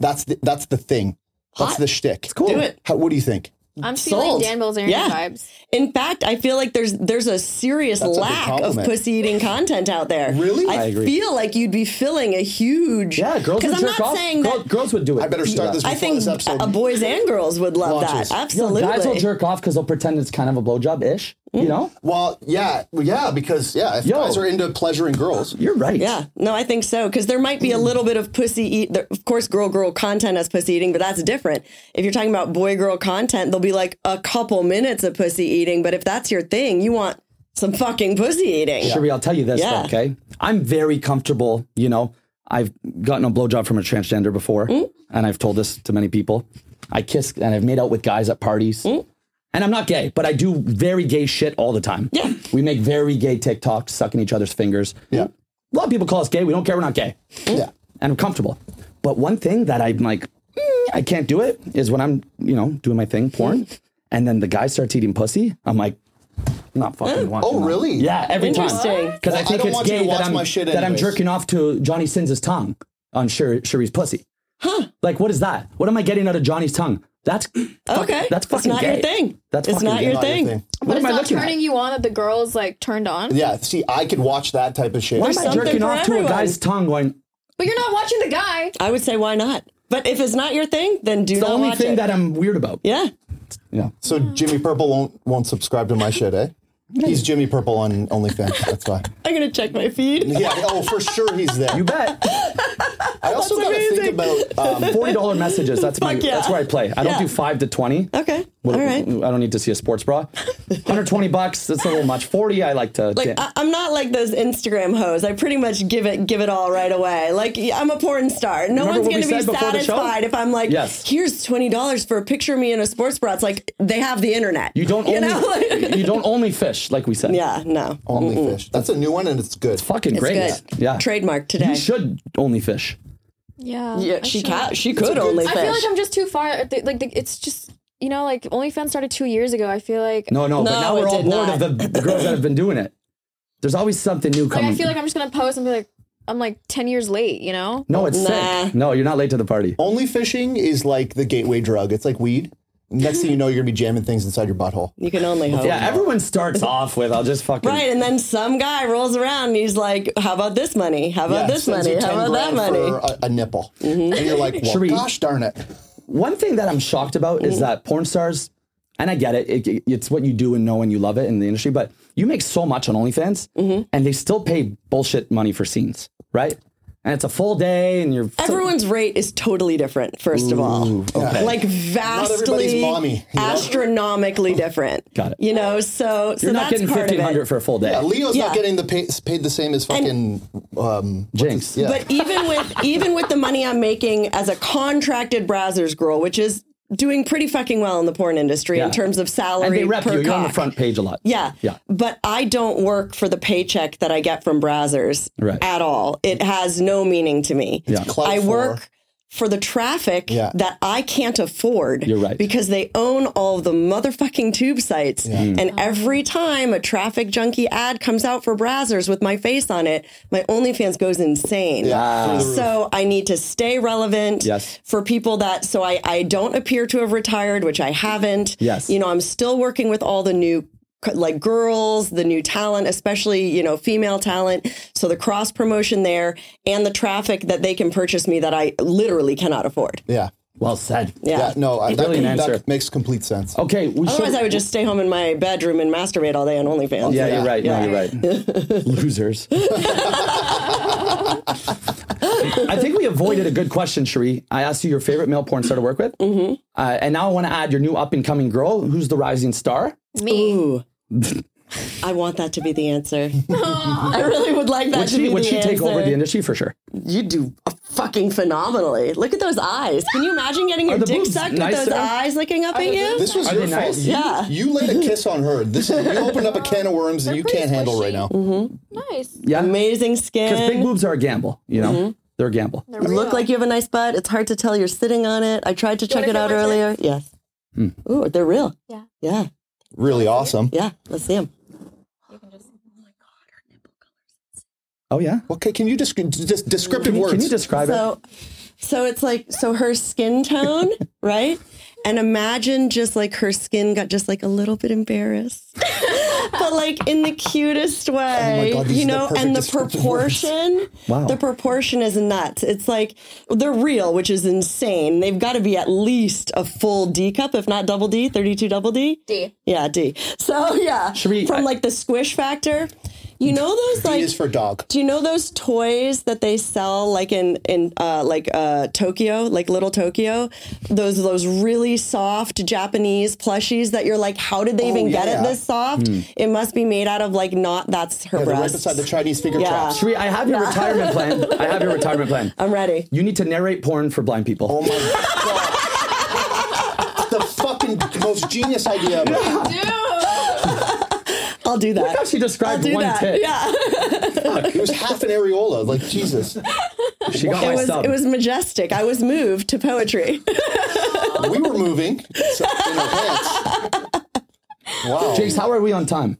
That's the, that's the thing. That's
Hot.
the shtick. It's
cool. Do it.
How, what do you think?
I'm feeling
Sold.
Dan Bilzerian
Yeah.
vibes.
In fact, I feel like there's there's a serious
That's a big
lack of
compliment.
pussy eating content out there.
Really?
I,
I
agree.
feel like you'd be filling a huge
Yeah, girls
Because
would
I'm
jerk
not
off.
saying
Girl-
that.
girls would do it.
I better start this
I
before
think
this episode.
uh, boys and girls would love
launches.
that.
You know,
Absolutely.
guys will jerk off because they'll pretend it's kind of a blowjob ish.
Mm.
You know?
well, yeah, well, yeah, because yeah, if
Yo.
guys are into pleasuring girls,
You're right.
yeah, no, I think so because there might be a little bit of pussy eat. There, of course, girl girl content has pussy eating, but that's different. If you're talking about boy girl content, there'll be like a couple minutes of pussy eating. But if that's your thing, you want some fucking pussy eating.
Sheree, I'll tell you this,
Yeah.
though, okay? I'm very comfortable, you know. I've gotten a blowjob from a transgender before,
Mm.
and I've told this to many people. I kiss and I've made out with guys at parties.
Mm.
And I'm not gay, but I do very gay shit all the time.
Yeah.
We make very gay TikToks, sucking each other's fingers.
Yeah.
A lot of people call us gay. We don't care. We're not gay.
Mm-hmm.
yeah,
And I'm comfortable. But one thing that I'm like, "Mm, I can't do it is when I'm, you know, doing my thing, porn, and then the guy starts eating pussy. I'm like, I'm not fucking watching.
Oh,
that.
really?
Yeah, every time.
Interesting.
Because
Well,
I think
I don't
it's
want you to
gay
watch
that I'm,
my shit
that I'm
anyways.
jerking off to Johnny Sins' tongue on Sher- Cherie's pussy. Huh? Like, what is that? What am I getting out of Johnny's tongue? That's
Okay,
That's
It's
fucking
not your
gay.
thing.
That's
It's
fucking
not
gay.
your
Not your
thing.
thing.
What
But it's
am I
not
looking at?
turning you on that the girls like turned on.
yeah. See, I could watch that type of shit.
Why am
There's
I
something
jerking
for
off to a
everyone.
guy's tongue? Going,
But you're not watching the guy.
I would say why not. But if it's not your thing, then do
the
not
only
watch
thing
it.
that I'm weird about.
yeah,
Yeah.
So Jimmy Purple won't won't subscribe to my shit, eh? He's Jimmy Purple on OnlyFans. That's why.
I'm gonna check my feed.
Yeah. Oh, for sure he's there.
You bet.
I also got to think about. Um,
Forty dollar messages. That's my.
Fuck yeah.
That's where I play.
Yeah.
I don't do five to twenty.
Okay,
What-
all right.
I don't need to see a sports bra. 120 bucks. That's a little much. 40. I like to.
Like uh,
dance.
I, I'm not like those Instagram hoes. I pretty much give it give it all right away. Like I'm a porn star. No
Remember
one's
what we
gonna be
said before the show?
satisfied if I'm like,
Yes.
here's twenty dollars for a picture of me in a sports bra. It's like they have the internet.
you don't
you
only.
know? Like-
you don't only fish like we said.
yeah, no.
Only fish. That's a new one and it's good.
Fucking
It's
Oh, great.
good.
Yeah.
Trademark today.
You should only fish.
Yeah.
Yeah,
I
she
should.
ca- she could only
I
fish.
feel like I'm just too far. at the- Like the, it's just you know like OnlyFans started two years ago. I feel like
No, no,
No,
but now
it
we're all
did
bored
not.
of the, the girls that have been doing it. There's always something new
like
coming.
I feel like I'm just gonna post and be like I'm like ten years late. You know.
no, it's
Nah. Oh,
sick. No, you're not late to the party.
Only fishing is like the gateway drug. It's like weed. Next thing you know, you're gonna be jamming things inside your butthole.
you can only hope.
Yeah, everyone starts off with I'll just fucking
Right, and then some guy rolls around and he's like, "How about this money? How about
Yeah,
this
sends you
money? How
10
about that
grand
money?" Mm-hmm.
For a, a nipple, and you're like, well,
Sheree.
gosh darn it.
One thing that I'm shocked about is that porn stars, and I get it, it, it's what you do and know and you love it in the industry, but
Mm-hmm.
you make so much on OnlyFans and they still pay bullshit money for scenes, right? and it's a full day, and you're
Everyone's rate is totally different, first of all.
okay.
Like vastly,
mommy, you know?
astronomically different.
Got it.
You know, so, so
you're not
that's
getting
part
fifteen
of it.
hundred for a full day.
Yeah, Leo's
Yeah.
not getting the pay, paid the same as fucking um, what's
Jinx.
his- yeah.
But even with even with the money I'm making as a contracted Brazzers girl, which is doing pretty fucking well in the porn industry
Yeah.
in terms of salary
and they rep you.
per
You're on the
cock.
front page a lot.
Yeah.
Yeah.
But I don't work for the paycheck that I get from Brazzers
Right.
at all. It has no meaning to me.
Yeah.
Clout
I
for-
work for the traffic
Yeah.
that I can't afford.
You're right.
Because they own all the motherfucking tube sites.
Mm.
And every time a traffic junkie ad comes out for Brazzers with my face on it, my OnlyFans goes insane.
Yeah.
So I need to stay relevant
Ah. Yes.
for people that, so I, I don't appear to have retired, which I haven't.
Yes.
You know, I'm still working with all the new like girls, the new talent, especially, you know, female talent. So the cross promotion there and the traffic that they can purchase me that I literally cannot afford.
yeah,
Well said.
Yeah.
yeah, no, I, that,
Brilliant answer.
that makes complete sense.
Okay. We
Otherwise,
should,
I would just stay home in my bedroom and masturbate all day on OnlyFans.
Yeah, you're right. No, you're right. Losers. I think we avoided a good question, Cherie. I asked you your favorite male porn star to work with, mm-hmm. uh, and now I want to add your new up and coming girl, who's the rising star.
Me.
Ooh. I want that to be the answer. I really would like that
Would
to be
she would
the
she
answer.
take over the industry for sure?
you do fucking phenomenally. Look at those eyes. Can you imagine getting your
the
dick
boobs
sucked
nicer?
with those eyes looking up at you?
This was
Are
your
they
fault.
nice?
You,
Yeah.
you laid a kiss on her. This is, you opened up a can of worms that you
pretty
can't handle right
squishy.
now.
Nice.
Yeah,
Amazing skin.
because big boobs are a gamble. You know,
Mm-hmm.
they're a gamble.
You look like you have a nice butt. It's hard to tell you're sitting on it. I tried to check
wanna
it
feel
out
my
earlier. Yes. Ooh, they're real.
Yeah.
Yeah.
Really awesome.
Yeah. Let's see them.
Oh yeah.
Okay, can you just just descriptive
Can you,
words?
can you describe it?
So, so it's like so her skin tone, right? And imagine just like her skin got just like a little bit embarrassed, but like in the cutest way,
Oh God, these
you know.
are the perfect
and the
descriptive words.
proportion,
Wow.
the proportion is nuts. It's like they're real, which is insane. They've got to be at least a full D cup, if not double D, thirty-two double D.
D.
Yeah, D. So yeah,
we-
from
I-
like the squish factor, you know those
D
like
is for dog.
do you know those toys that they sell like in in uh, like uh, Tokyo, like Little Tokyo? Those those really soft Japanese plushies that you're like, how
Oh,
did they even get
yeah.
it this soft?
Hmm.
It must be made out of like not. That's her
Yeah, they're right
breasts.
beside the Chinese finger
Yeah.
traps.
Cherie, I have your retirement plan. I have your retirement plan.
I'm ready.
You need to narrate porn for blind people.
Oh my god. the fucking most genius idea ever.
I'll do
Look how
that.
she
I'll
described
do
one
that.
tit.
Yeah,
It was half an areola, like Jesus.
She got
it
my
was
sub.
it was majestic. I was moved to poetry.
We were moving so- in our pants. Wow.
Jakes, how are we on time?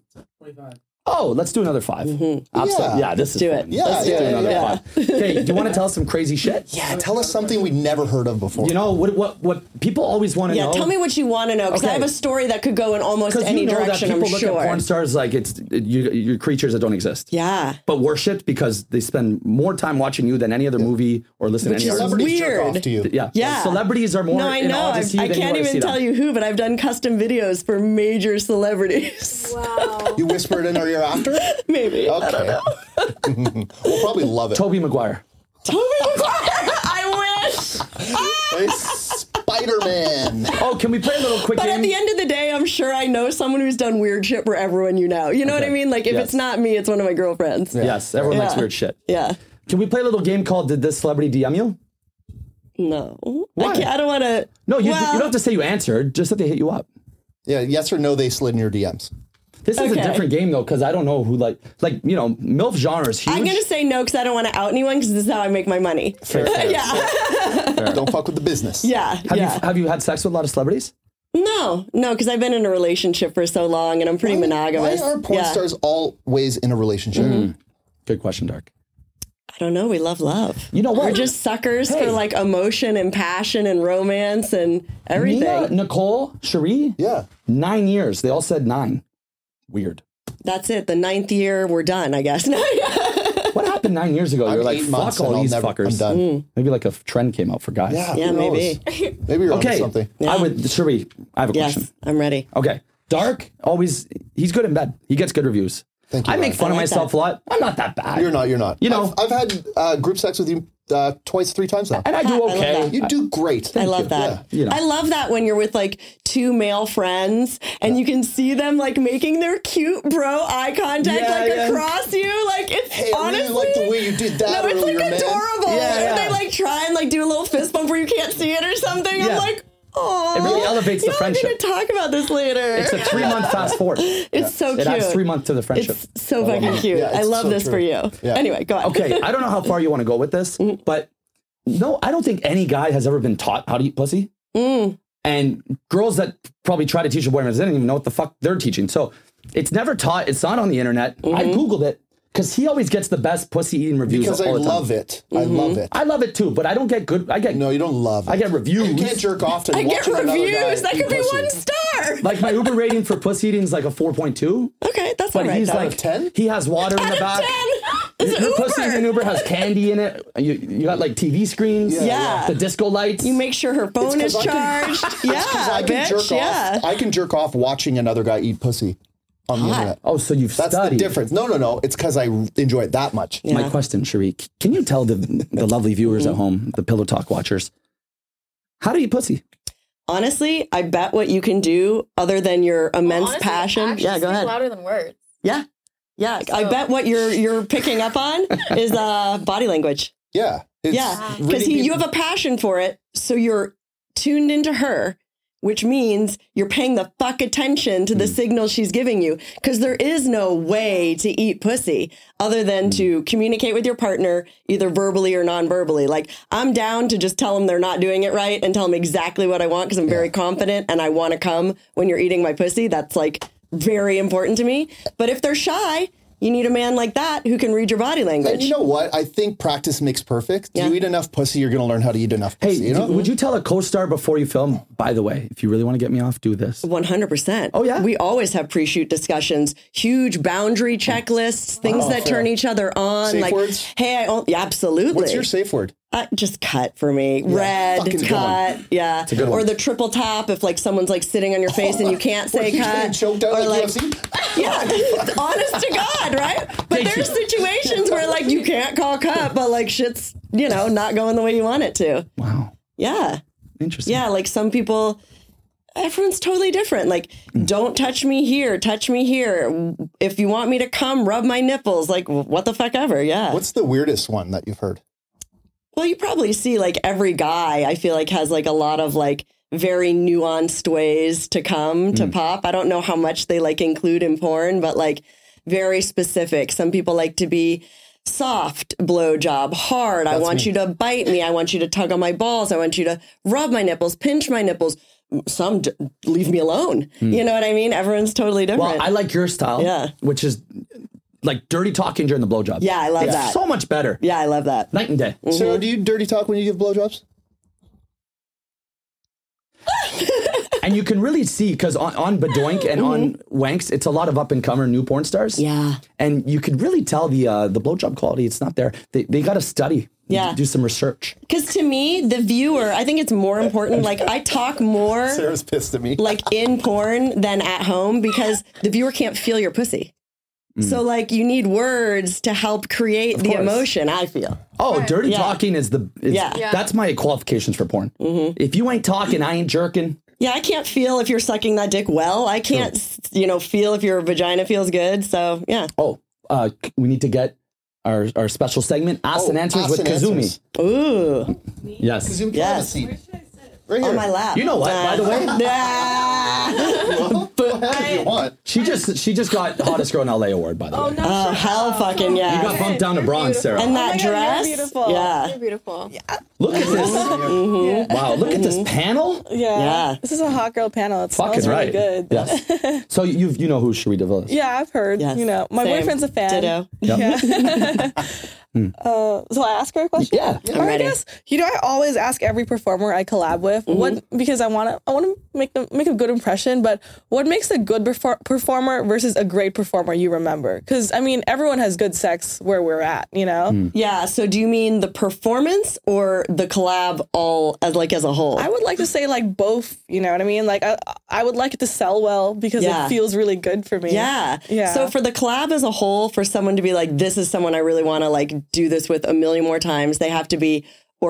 Oh, let's do another 5 Absolutely. Yeah.
Yeah.
this is
Mm-hmm. Do it.
fun.
Yeah,
let's
yeah,
do another
yeah.
five. Okay, do you want to tell us some crazy shit?
yeah, tell us something we'd never heard of before.
You know what? What? What people always want to
yeah,
know.
tell me what you want to know because
Okay.
I have a story that could go in almost
because
any
you know
direction.
that
I'm
people look at
sure.
porn stars like it's you, you're creatures that don't exist.
Yeah,
But worshipped because they spend more time watching you than any other movie or listen
Which
to any
is
other.
Celebrities jerk
weird.
off to you.
Yeah.
Yeah.
Celebrities are more.
No, I
in
know.
awe to
I've,
see
I
than you
can't
are to see
even
them.
tell you who, but I've done custom videos for major celebrities.
Wow.
You whisper it in our ear after?
Maybe.
Okay. we'll probably love it.
Toby Maguire.
Toby Maguire. Oh I wish.
Spider Man.
Oh, can we play a little quick
But
game?
at the end of the day, I'm sure I know someone who's done weird shit for everyone you know. You know what I mean? Like, if
Yes.
it's not me, it's one of my girlfriends. Yeah.
yes, everyone likes
Yeah.
weird shit.
yeah.
Can we play a little game called "Did this celebrity DM you"?
No.
Why?
I, can't, I don't want to.
No, you,
Well-
you don't have to say you answered. Just that they hit you up.
Yeah, yes or no, they slid in your DMs.
This is
Okay.
a different game though, because I don't know who like like you know milf genre is huge.
I'm going to say no because I don't want to out anyone because this is how I make my money. yeah.
Don't fuck with the business.
Yeah.
have
yeah.
you have you had sex with a lot of celebrities?
no, no, because I've been in a relationship for so long and I'm pretty monogamous.
Why are porn
yeah.
stars always in a relationship?
Good question, Dark.
I don't know. We love love.
You know what?
We're just suckers
Hey.
for like emotion and passion and romance and everything.
Mia, Nicole, Cherie,
Yeah.
nine years. They all said nine. Weird.
That's it. The ninth year, we're done, I guess. No, yeah.
What happened nine years ago? You're
I'm
like
eight
fuck
months and
all
I'll
these
never-
fuckers.
I'm done.
Mm.
Maybe like a f- trend came out for guys.
Yeah,
Yeah,
who knows?
maybe.
Maybe you're onto
Okay.
something.
I would Cherie. I have a
Yes,
question.
I'm ready.
Okay. Dark always he's good in bed. He gets good reviews.
Thank you.
I make
Ryan.
fun of
like
myself
that.
a lot. I'm not that bad.
You're not. You're not.
You know-
I've, I've had uh, group sex with you uh, twice, three times now.
and I do
I love
okay.
that.
You do great.
I love that.
You know.
I love that when you're with like two male friends and you can see them like making their cute bro eye contact
Yeah,
like
yeah.
across you. Like it's
Hey, I
honestly
really like the way you did that
No, it's
earlier,
like
man.
adorable.
Yeah,
Or
yeah.
They like try and like do a little fist bump where you can't see it or something. I'm
Yeah.
like, oh,
It really elevates the
We're
friendship.
gonna talk about this later.
It's
It's,
a three month fast forward.
so
It
cute.
adds three months to the friendship.
It's so fucking cute.
Yeah,
I
it's
love
so
this
true.
for you.
Yeah.
Anyway, go on.
okay, I don't know how far you want to go with this,
Mm-hmm.
but no, I don't think any guy has ever been taught how to eat pussy.
Mm.
And girls that probably try to teach a boy they don't even know what the fuck they're teaching. So it's never taught. It's not on the internet. I
Mm-hmm.
googled it because he always gets the best pussy eating reviews.
because I
all the time.
love it. I
Mm-hmm.
love it.
I love it too, but I don't get good. I get
No, you don't love it.
I get reviews.
You can't jerk off to
I get
watching another guy
reviews. That
eat
could be
pussy.
one star.
like my Uber rating for pussy eating is like a four point two,
okay, that's all
but
right.
he's
though.
like
of 10?
He has water in
out
the
of
back.
ten. Is
Your
it
pussy
Uber?
eating Uber has candy in it. You, you got like TV screens.
Yeah.
The disco lights.
You make sure her phone is
'cause I can-
charged. yeah,
Because I can
bitch,
jerk
yeah.
off. I can jerk off watching another guy eat pussy on the internet.
Oh, so you've
That's
studied.
the difference. No, no, no. It's because I enjoy it that much.
Yeah. Mm-hmm.
My question, Sharik, can you tell the the lovely viewers at home, the Pillow Talk watchers, how do you pussy?
Honestly, I bet what you can do other than your immense
Honestly,
passion.
actions
Yeah, go
speak
ahead.
Louder than words.
Yeah. Yeah, I
So-
bet what you're you're picking up on is uh, body language.
Yeah. It's
yeah, because
really-
he you have a passion for it, so you're tuned into her, which means you're paying the fuck attention to the
Mm.
signal she's giving you. Because there is no way to eat pussy other than
Mm.
to communicate with your partner, either verbally or non-verbally. Like I'm down to just tell them they're not doing it right and tell them exactly what I want because I'm very confident and I want to come when you're eating my pussy. That's like very important to me. But if they're shy. You need a man like that who can read your body
And
language.
you know what? I think practice makes perfect.
Yeah.
You eat enough pussy, you're going to learn how to eat enough
Hey,
pussy. you know?
d- would you tell a co-star before you film? By the way, if you really want to get me off, do this.
One hundred percent. Oh
yeah?
we always have pre-shoot discussions, huge boundary checklists, things that turn each other on.
Safe
like,
words?
hey, I don't, yeah, absolutely.
What's your safe word?
Uh, just cut for me.
Fucking
Red
good
cut. Yeah,
good
or
one. Oh,
the triple tap if like someone's like sitting on your face and you can't
What,
say
he's getting
cut.
choked out
or
like
like,
UFC?
yeah, honest to God, right? But there's situations where like you can't call cut, but like shit's you know not going the way you want it to.
Wow,
Yeah.
interesting.
Yeah, like some people, everyone's totally different. Like, don't touch me here, touch me here. If you want me to come, rub my nipples. Like, what the fuck ever. Yeah.
What's the weirdest one that you've heard?
well, you probably see like every guy, I feel like, has like a lot of like very nuanced ways to come
Hmm.
to pop. I don't know how much they like include in porn, but like very specific. Some people like to be. Soft blowjob, hard. I want you to bite me. I want you to tug on my balls. I want you to rub my nipples, pinch my nipples, some d- leave me alone. You know what I mean? Everyone's totally different.
Hmm. Well, I like your style.
Yeah.
Which is like dirty talking during the blowjob.
Yeah, I love
It's
that.
So much better.
yeah, I love that.
Night and day.
Mm-hmm.
Sarah, do you dirty talk when you give blowjobs?
and you can really see because on, on Bedoink and on Wanks, it's a lot of up and comer new porn stars.
Mm-hmm. Yeah.
and you could really tell the uh, the blowjob quality. It's not there. They they got to study.
Yeah.
do some research.
Because to me, the viewer, I think it's more important. Like, I talk more.
Sarah's pissed at me.
like in porn than at home because the viewer can't feel your pussy. So like you need words to help create the
Mm. course.
emotion. I feel
Oh, dirty
Yeah.
talking is the is,
Yeah. Mm-hmm.
Yeah.
That's my qualifications for porn. If you ain't talking, I ain't jerking.
yeah. I can't feel if you're sucking that dick well. I can't s you know feel if your vagina feels good. So yeah.
Oh, uh, c- we need to get our our special segment ass
Oh,
and answers
Ask
with
Oh, and
Kazumi.
answers.
Ooh,
Yes.
Kazumi,
Yes.
have a seat. Right here.
on my lap.
You know what? By the way,
Ah,
Go ahead if you want.
she just she just got hottest girl in LA award. By the way,
oh, hell fucking yeah.
you got bumped down to bronze, Sarah.
and
Oh
that
my God,
dress.
You're beautiful.
Yeah.
You're beautiful. Yeah.
Look at this. Wow, look at
Mm-hmm.
this panel.
Yeah.
Yeah.
This is a hot girl panel. It
Fucking
smells
right.
really good.
Yes. so you you know who Sheree Deville is.
Yeah, I've heard.
Yes.
You know, my
Same.
boyfriend's a fan.
Ditto.
Yeah. Uh, so I ask her a question.
Yeah.
I'm
Or I
ready. Mm-hmm.
guess you know I always ask every performer I collab with what because I want to I want to make them make a good impression. But what makes a good perfor- performer versus a great performer you remember? Because I mean everyone has good sex where we're at, you know.
Mm.
Yeah. So do you mean the performance or the collab all as like as a whole?
I would like to say like both, you know what I mean? Like I I would like it to sell well because
Yeah.
it feels really good for me.
yeah.
Yeah.
So for the collab as a whole, for someone to be like, this is someone I really want to like do this with a million more times, they have to be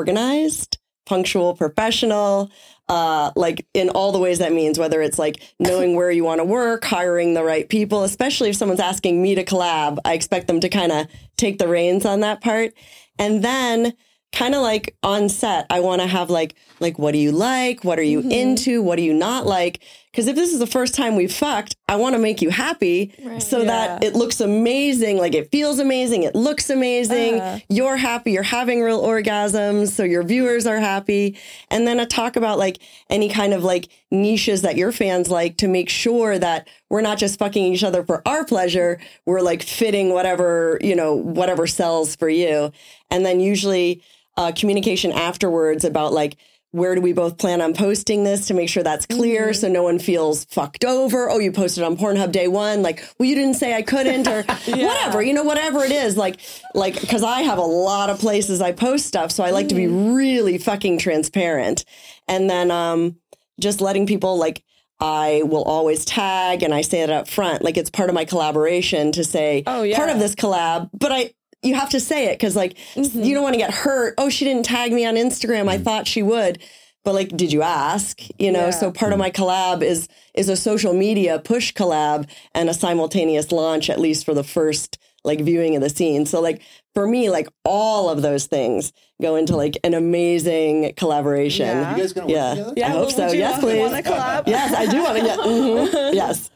organized, punctual, professional. Uh, like in all the ways that means, whether it's like knowing where you want to work, hiring the right people, especially if someone's asking me to collab, I expect them to kind of take the reins on that part. And then kind of like on set i want to have like like what do you like what are you into what do you not like because if this is the first time we fucked i want to make you happy so that it looks amazing like it feels amazing it looks amazing you're happy you're having real orgasms so your viewers are happy and then a talk about like any kind of like niches that your fans like to make sure that we're not just fucking each other for our pleasure we're like fitting whatever you know whatever sells for you and then usually uh, communication afterwards about like where do we both plan on posting this to make sure that's clear so no one feels fucked over oh you posted on pornhub day one like well you didn't say i couldn't or whatever you know whatever it is like like because i have a lot of places i post stuff so i like to be really fucking transparent and then um just letting people like I will always tag and I say it up front. Like it's part of my collaboration to say
Oh, yeah. Mm-hmm.
part of this collab, but I you have to say it because like you don't want to get hurt. Oh, she didn't tag me on Instagram. I thought she would. But like, did you ask? You know, so part of my collab is is a social media push collab and a simultaneous launch, at least for the first like viewing of the scene. So like for me, like all of those things go into like an amazing collaboration.
Yeah.
You guys gonna work
Yeah.
together?
I hope so. Yes, please.
Want to collab?
Yes, I do want to get. mhm, Yes,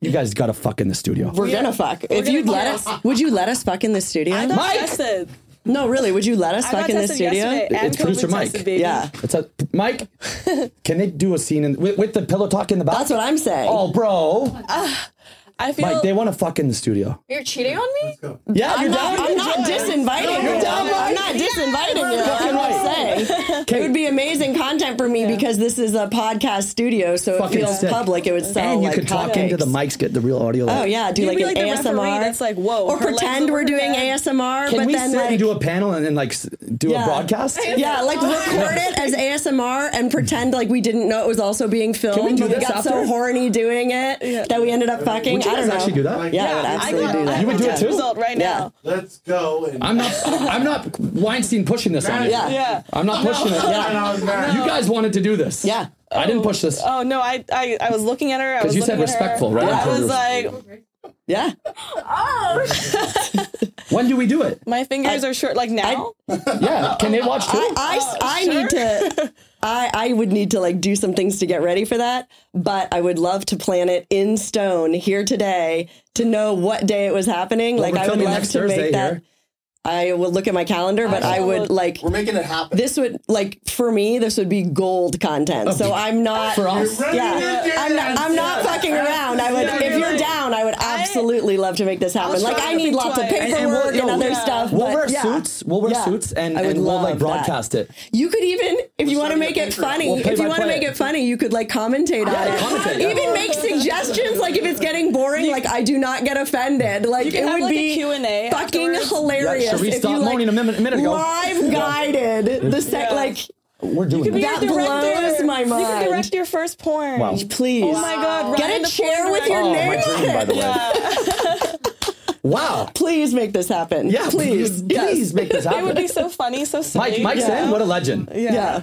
You guys got to fuck in the studio.
we're gonna fuck. if
gonna
you'd let
kiss.
us, would you let us fuck in the studio?
I got
Mike!
tested.
no, really, would you let us
I
fuck
got
in the
tested
studio?
yesterday. and
It's producer
COVID tested,
Mike.
baby.
Yeah,
It's a Mike. Can they do a scene in, with, with the pillow talk in the back?
that's what I'm saying.
Oh, bro,
I feel
Mike, they want to fuck in the studio.
You're cheating on me?
Yeah,
I'm
you're
not,
down.
I'm not disinviting you. I'm not disinviting you. I'm just saying it would be amazing content for me because this is a podcast studio, so it
Fucking
feels
sick.
public. It would sell
and you
like
could talk
hotcakes.
into the mics, get the real audio.
Oh yeah, do
You'd
like
be
an
like the referee
ASMR.
that's like, whoa,
or
her legs
pretend we're
over her
doing
head.
ASMR,
Can
but
we
then
sit
like
and do a panel and then like s- do
Yeah.
a broadcast?
Yeah, like record it as ASMR and pretend like we didn't know it was also being filmed.
we do
but we
this
got so
after?
horny doing it that we ended up fucking.
Would you
I
guys
don't know.
actually do that?
Yeah, I would
I
absolutely
got-
do that.
I
You would
got
do it
that
too?
Result right
Yeah.
now.
Let's go and
I'm not. I'm not Weinstein pushing this on you.
Yeah.
Yeah.
I'm not pushing it.
Yeah.
You guys wanted to do this.
Yeah.
I didn't push this.
Oh no, I I, I was looking at her. I
'Cause
was
you said
looking at her,
respectful, right?
and
I'm sure
I was
you're-
like,
Yeah.
When do we do it?
my fingers are short. Like now,
Yeah. Can they watch too?
I, I, I need to. I, I would need to like do some things to get ready for that, but I would love to plan it in stone here today to know what day it was happening.
Well,
like
we're
I would
filming
love
next
to
Thursday
make that.
here.
I will look at my calendar, but I would like
We're making it happen.
this would like for me this would be gold content. So I'm not
For us.
Yeah, I'm not, I'm not fucking around. I would, if you're down, I would absolutely love to make this happen.
was
Like I
trying to
need
think
lots of
twice.
paperwork
And-
and,
and we'll- yo,
other
yeah.
stuff.
We'll
but
wear
yeah.
suits. We'll wear
Yeah.
suits and,
I would
and we'll
love
like
that.
broadcast it.
You could even, if you want to
starting
make
a
it
Patreon.
funny,
We'll
if you
play-by-play
want to make
it.
it funny, you could like commentate on it.
commentate, yeah.
Even make suggestions. Like if it's getting boring, like I do not get offended. Like
can
it
have,
would
like, a
be
Q&A
fucking
afterwards.
hilarious.
Yeah, Sharice
if
stopped
you like
moaning a minute- minute ago.
live guided the sec,
Yeah.
like
We're doing it.
that blows my
You can
mind.
direct your first porn.
Wow.
Please.
Oh my god, Ryan
Get
the
a chair
porn
with your
director.
name
Oh, my
on
dream,
it.
by the way. Wow.
Please make this happen.
Yeah.
please.
Please, please make this
It would
happen.
be so funny, so silly.
Mike, Mike's
Yeah.
in. What a legend.
Yeah.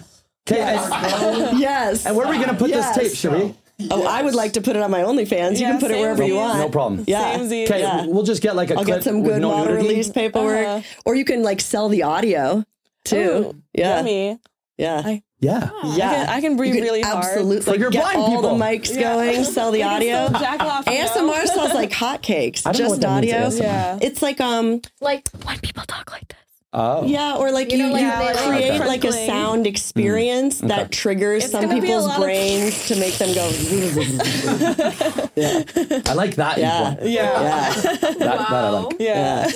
Okay.
Yes.
And where are we gonna put
Yes.
this tape, Sheree?
oh, I would like to put it on my OnlyFans. you
Yeah,
can put it
same
wherever you
here.
want.
No problem.
Yeah.
Samesies.
Okay,
Yeah.
we'll just get like a
I'll
clip
get some
with
good
no
water
nudity.
release paperwork,
Uh-huh.
or you can like sell the audio too.
Ooh,
yeah.
Yummy.
Yeah.
I-
Yeah.
yeah.
I can- I can breathe
You
really hard.
absolutely,
For your
get
blind
all
people.
the mics going, sell the audio.
Jack off. you know?
ASMR sells like hotcakes,
I don't know
just
what that means,
audio.
ASMR.
Yeah.
It's like um
Like when people talk like this.
Oh.
Yeah, or like you,
know, like,
you
how, like,
create like a
crunkling.
Mm.
sound Mm. experience that triggers some
gonna be a
people's
lot of-
brains to make them go.
I like that.
yeah,
info.
Yeah.
yeah,
That, that I like.
Yeah.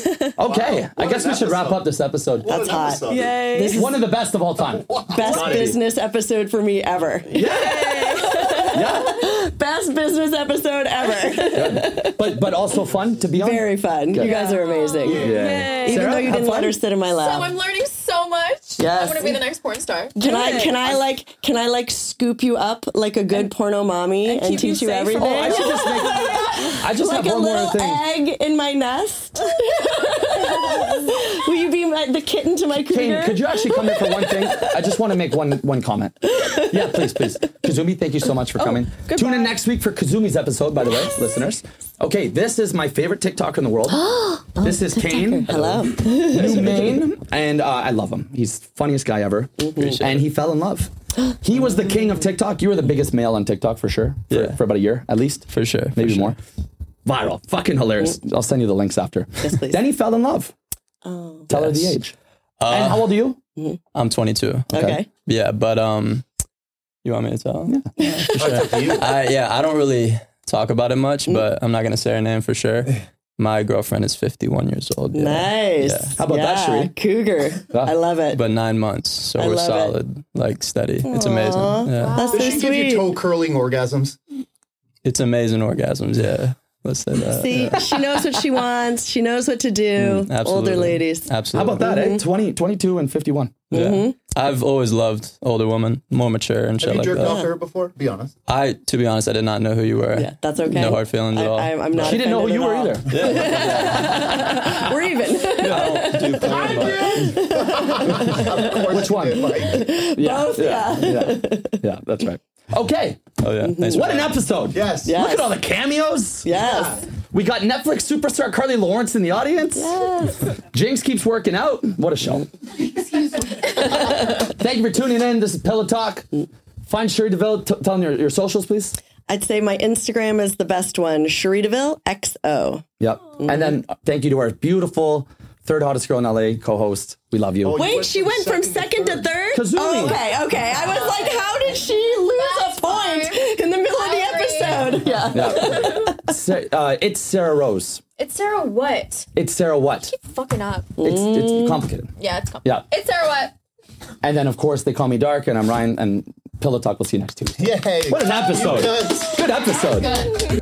Okay, I
What
guess
an
we should wrap
episode.
up this episode.
That's
An
hot.
episode.
Yay.
This is
One of the best of all time.
best
Gotta be.
business episode for me ever.
Yeah,
Best business episode ever.
but but also fun to be on.
Very fun. You guys are amazing.
yeah.
Even
Sarah,
though you
have
didn't
fun?
let her sit in my
So I'm
lap.
learning so much.
Yes.
I want to be the next porn star.
can I
it.
can I like can I like scoop you up like a good porno mommy and,
keep you
teach you,
safe from
everything?
all-
I should just make. I just
like
have
a
one more
little
thing.
egg in my nest. Will you be my, the kitten to my
Kane,
cooter?
could you actually come here for one thing? I just want to make one one comment. Yeah, please, please. Kazumi, thank you so much
Oh,
for coming. Tune in next week for Kazumi's episode, by the way, listeners. Okay, this is my favorite TikToker in the world. this is Kane.
Oh, Hello.
New Maine. And uh, I love him. He's funniest guy ever.
Mm-hmm.
And he fell in love. He was the king of TikTok. You were the biggest male on TikTok for sure. For,
Yeah.
for about a year, at least.
For sure, for
Maybe
sure.
more. Viral. Fucking hilarious. I'll send you the links after.
Yes, please. Oh.
Then he fell in love. Tell her
Yes.
the age. and how old are you?
I'm 22.
Okay.
Yeah, but um, you want me to tell? Yeah. I, yeah, I don't really talk about it much,
Mm.
but I'm not gonna say her name for sure. My girlfriend is 51 years old. Yeah.
Nice.
Yeah.
How about that,
Yeah,
Sheree? Ah.
Cougar. I love it.
But nine months, so
I
we're
love it.
solid, like steady. It's amazing. Yeah,
That's so
Does she give
sweet.
you toe curling orgasms?
it's amazing orgasms. Yeah, let's say that.
See,
yeah.
she knows what she wants. She knows what to do.
Absolutely.
Older ladies.
How
Absolutely.
about that,
Mm-hmm.
eh? 20, 22 and 51.
Yeah. I've always loved older women, more mature and shit
Have you
like
jerked
that.
off her before? Be honest.
I, to be honest, I did not know who you were.
Yeah, that's okay.
No hard feelings
I,
at all.
I, am not.
She didn't know who you were
offended
either.
at all. We're even.
I don't do porn, but-
Which one? Yeah.
Both,
Yeah. yeah. Yeah, that's right. Okay.
Oh
mm-hmm.
yeah. Thanks for
What an
having me.
episode.
Yes.
Look
Yes.
at all the cameos.
Yes.
We got Netflix superstar Carly Lawrence in the audience. Jinx keeps working out. What a show. Thank you for tuning in. This is Pillow Talk. Find Sherry DeVille. T- tell them your, your socials, please.
I'd say my Instagram is the best one. Sheree Deville XO.
Yep. And then uh, thank you to our beautiful third hottest girl in LA co-host. We love you.
Wait, she went from second to third?
Kazumi.
Oh, okay, okay. I was like, how did she lose
That's
a point
fine.
in the middle of the
Sorry.
episode? Yeah.
Yeah. Sa- uh, it's Sarah Rose.
It's Sarah what?
It's Sarah what?
Fucking up.
It's, it's complicated.
Yeah, it's coming.
Yeah.
It's Sarah what?
And then of course they call me Dark and I'm Ryan and Pillow Talk. We'll see you next Tuesday.
Yay.
What an episode.
Yes.
Good episode.